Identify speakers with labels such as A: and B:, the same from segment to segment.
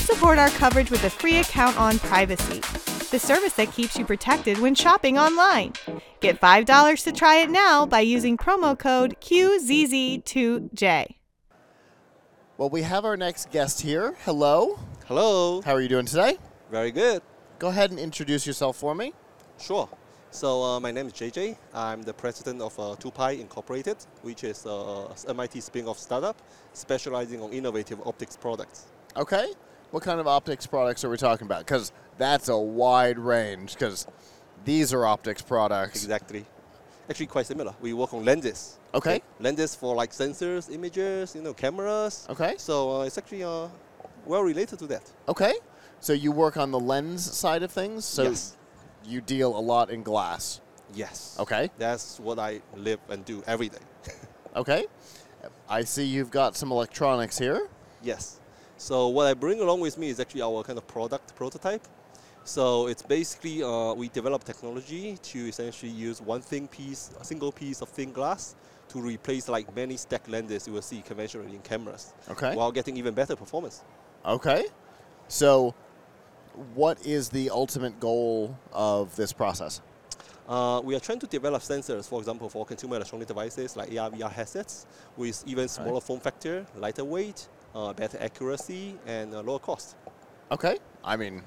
A: support our coverage with a free account on Privacy, the service that keeps you protected when shopping online. Get $5 to try it now by using promo code QZZ2J.
B: Well, we have our next guest here. Hello.
C: Hello.
B: How are you doing today?
C: Very good.
B: Go ahead and introduce yourself for me.
C: Sure. So uh, my name is JJ. I'm the president of uh, Tupai Incorporated, which is uh, a MIT spin-off startup specializing on innovative optics products.
B: Okay. What kind of optics products are we talking about? Because that's a wide range, because these are optics products.
C: Exactly. Actually, quite similar. We work on lenses.
B: Okay.
C: Lenses for like sensors, images, you know, cameras.
B: Okay.
C: So uh, it's actually uh, well related to that.
B: Okay. So you work on the lens side of things? So
C: Yes.
B: you deal a lot in glass.
C: Yes.
B: Okay.
C: That's what I live and do every day.
B: Okay. I see you've got some electronics here.
C: Yes. So what I bring along with me is actually our kind of product prototype. So it's basically uh, we develop technology to essentially use one thin piece, a single piece of thin glass, to replace like many stacked lenses you will see conventionally in cameras.
B: Okay.
C: While getting even better performance.
B: Okay. So what is the ultimate goal of this process?
C: Uh, we are trying to develop sensors, for example, for consumer electronic devices like AR, VR headsets, with even smaller form factor, lighter weight, uh, better accuracy, and uh, lower cost.
B: Okay. I mean,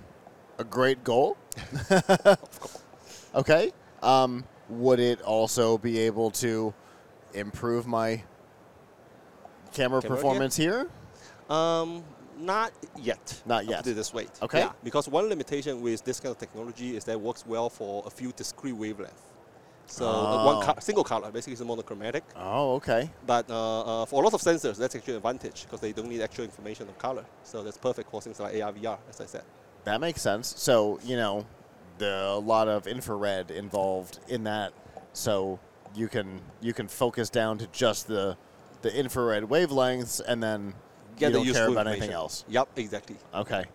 B: a great goal. okay. Um, would it also be able to improve my camera,
C: Camera, yeah.
B: performance here?
C: Um, not yet.
B: Not
C: up
B: yet.
C: To this weight.
B: Okay.
C: Yeah, because one limitation with this kind of technology is that it works well for a few discrete wavelengths. So uh, one
B: Oh.
C: co- single color basically is monochromatic.
B: Oh, okay.
C: But uh, uh, for a lot of sensors, that's actually an advantage because they don't need actual information of color. So that's perfect for things like AR, VR, as I said.
B: That makes sense. So, you know, the, a lot of infrared involved in that. So you can you can focus down to just the the infrared wavelengths and then you don't
C: the
B: care
C: useful
B: about anything
C: information.
B: else.
C: Yep, exactly.
B: Okay.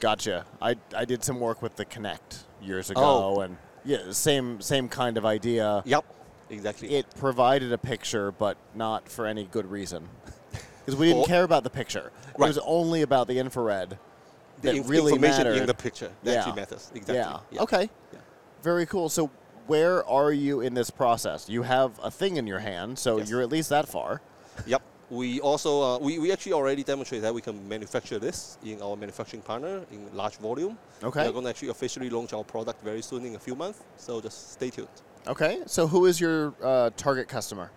B: Gotcha. I, I did some work with the Connect years ago
C: Oh.
B: and yeah, same same kind of idea.
C: Yep, exactly.
B: It provided a picture but not for any good reason. Cuz we didn't
C: Or-
B: care about the picture. It
C: Right.
B: was only about the infrared.
C: the
B: that
C: inf-
B: really
C: information
B: mattered.
C: in the picture that
B: Yeah.
C: actually matters. Exactly.
B: Yeah. Okay.
C: Yeah.
B: Very cool. So where are you in this process? You have a thing in your hand, so
C: Yes.
B: you're at least that far.
C: Yep. We also uh, we, we actually already demonstrated that we can manufacture this in our manufacturing partner in large volume.
B: Okay.
C: We're going to actually officially launch our product very soon in a few months. So just stay tuned.
B: Okay. So who is your uh, target customer?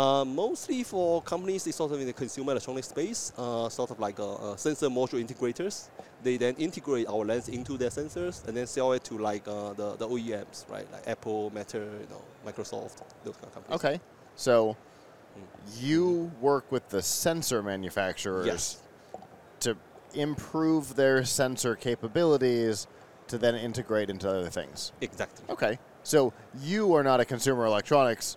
C: Uh, mostly for companies, it's sort of in the consumer electronic space, uh, sort of like uh, uh, sensor module integrators. They then integrate our lens into their sensors and then sell it to like uh, the, the OEMs, right? Like Apple, Meta, you know, Microsoft, those kind of companies.
B: Okay. So you work with the sensor manufacturers
C: Yes.
B: to improve their sensor capabilities to then integrate into other things.
C: Exactly.
B: Okay. So you are not a consumer electronics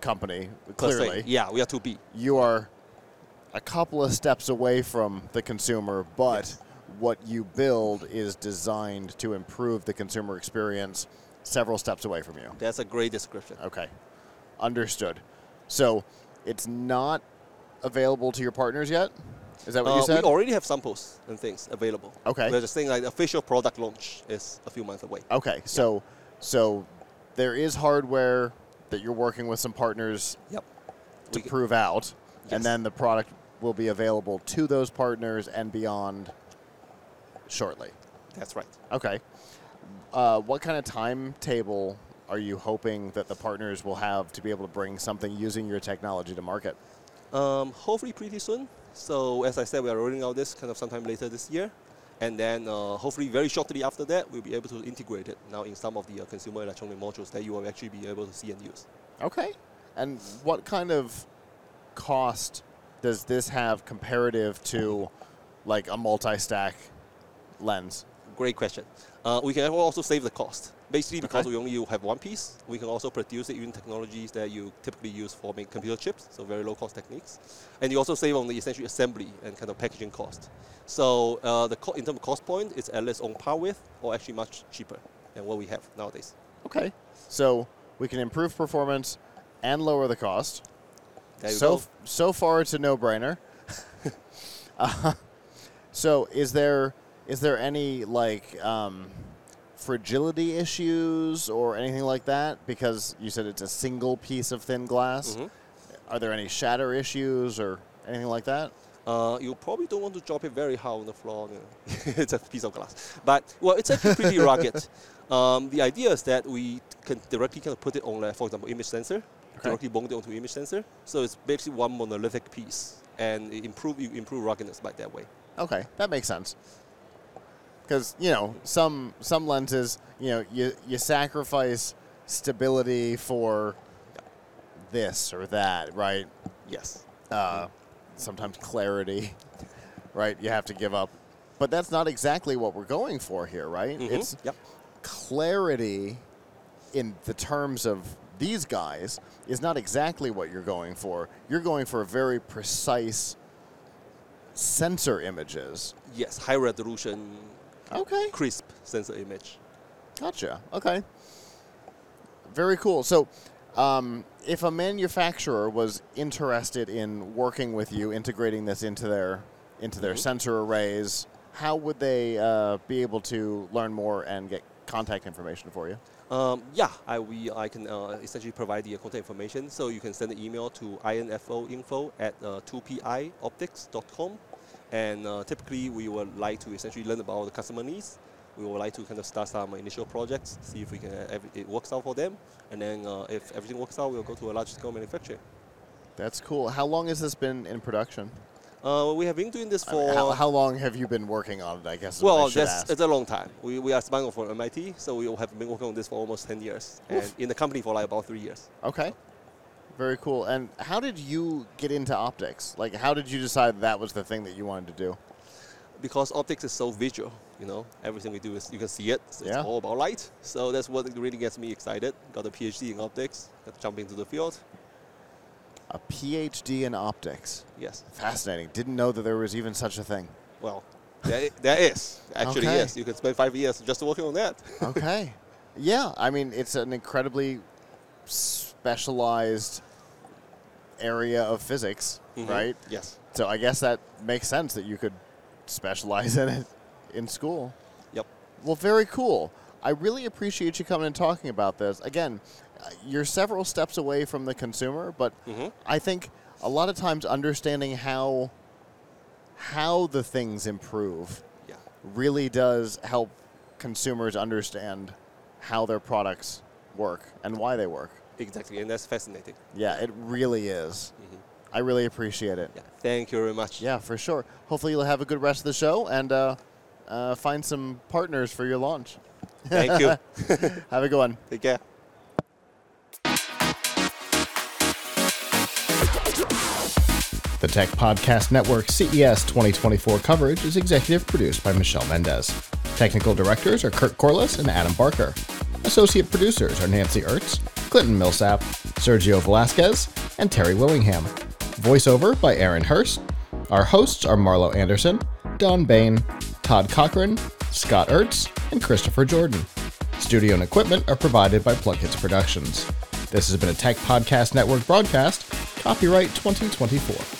B: company,
C: Per se.
B: clearly.
C: Yeah, we are to be.
B: you are a couple of steps away from the consumer, but
C: Yes.
B: what you build is designed to improve the consumer experience several steps away from you.
C: That's a great description.
B: Okay. Understood. So it's not available to your partners yet? Is that what you
C: Uh,
B: said?
C: We already have samples and things available.
B: Okay. Uh,
C: We're just saying like the official product launch is a few months away.
B: okay. So so there is hardware that you're working with some partners
C: Yep.
B: to
C: We g-
B: prove out
C: Yes.
B: and then the product will be available to those partners and beyond shortly.
C: That's right.
B: Okay. Uh, what kind of timetable are you hoping that the partners will have to be able to bring something using your technology to market?
C: Um, hopefully pretty soon. So as I said, we are rolling out this kind of sometime later this year, and then uh, hopefully very shortly after that, we'll be able to integrate it now in some of the uh, consumer electronic modules that you will actually be able to see and use.
B: Okay. And what kind of cost does this have comparative to like a multi stack lens?
C: Great question. Uh, we can also save the cost. Basically, because
B: Okay.
C: we only have one piece, we can also produce it using technologies that you typically use for making computer chips, so very low cost techniques. And you also save on the essentially assembly and kind of packaging cost. So uh, the co- in terms of cost point, it's at least on par with, or actually much cheaper than what we have nowadays.
B: Okay. So we can improve performance and lower the cost.
C: There you
B: so
C: go.
B: so far it's a no-brainer. uh, So is there is there any like um, fragility issues or anything like that? Because you said it's a single piece of thin glass.
C: Mm-hmm.
B: Are there any shatter issues or anything like that?
C: Uh, you probably don't want to drop it very high on the floor. you know. it's a piece of glass, but well, it's actually pretty rugged. Um, the idea is that we can directly kind of put it on, like, for example, image sensor, directly bond it onto image sensor. So it's basically one monolithic piece, and it improve you improve ruggedness by that way.
B: Okay, that makes sense. Because you know some some lenses, you know, you you sacrifice stability for this or that, right?
C: Yes.
B: Uh, sometimes clarity, right? You have to give up, but that's not exactly what we're going for here, right?
C: Mhm.
B: It's
C: yep.
B: clarity in the terms of these guys is not exactly what you're going for. You're going for very precise sensor images.
C: Yes, high resolution,
B: Okay.
C: crisp sensor image.
B: Gotcha. Okay. Very cool. So, um, if a manufacturer was interested in working with you, integrating this into their into their sensor arrays, how would they uh, be able to learn more and get contact information for you?
C: Um, yeah, I, we, I can uh, essentially provide the contact information. So you can send an email to infoinfo at uh, 2pioptics.com. And uh, typically, we would like to essentially learn about the customer needs. We would like to kind of start some initial projects, see if we can uh, if it works out for them. And then uh, if everything works out, we'll go to a large scale manufacturer.
B: That's cool. How long has this been in production?
C: Uh, we have been doing this
B: I
C: for.
B: mean, how, how long have you been working on it? I guess. Is what I
C: Well,
B: should
C: that's,
B: ask.
C: it's a long time. We, we are spun off from MIT, so we have been working on this for almost 10 years. And in the company for like about three years.
B: Okay. Very cool. And how did you get into optics? Like, how did you decide that was the thing that you wanted to do?
C: because optics is so visual, you know, everything we do is you can see it. So
B: Yeah.
C: It's all about light. So that's what really gets me excited. Got a PhD in optics. Got to jump into the field.
B: A PhD in optics.
C: Yes.
B: Fascinating. Didn't know that there was even such a thing.
C: Well, there, there is actually
B: Okay.
C: yes. You can spend five years just working on that.
B: Okay. yeah, I mean, it's an incredibly specialized area of physics,
C: Mhm.
B: right?
C: Yes.
B: So I guess that makes sense that you could specialize in it in school.
C: Yep.
B: Well, very cool. I really appreciate you coming and talking about this. Again, uh, you're several steps away from the consumer, but
C: Mhm.
B: I think a lot of times understanding how how the things improve
C: Yeah.
B: really does help consumers understand how their products work and why they work.
C: Exactly. And that's fascinating.
B: Yeah, it really is. I really appreciate it.
C: Yeah. Thank you very much.
B: Yeah, for sure. Hopefully, you'll have a good rest of the show and uh, uh, find some partners for your launch.
C: Thank you.
B: Have a good one.
C: Take care.
D: The Tech Podcast Network E CES 2024 coverage is executive produced by Michelle Mendez. Technical directors are Kurt Corliss and Adam Barker. Associate producers are Nancy Ertz, Clinton Millsap, Sergio Velasquez, and Terry Willingham. Voiceover by Aaron Hurst. Our hosts are Marlo Anderson, Don Bain, Todd Cochran, Scott Ertz, and Christopher Jordan. Studio and equipment are provided by Plug Hits Productions. This has been a Tech Podcast Network broadcast, copyright 2024.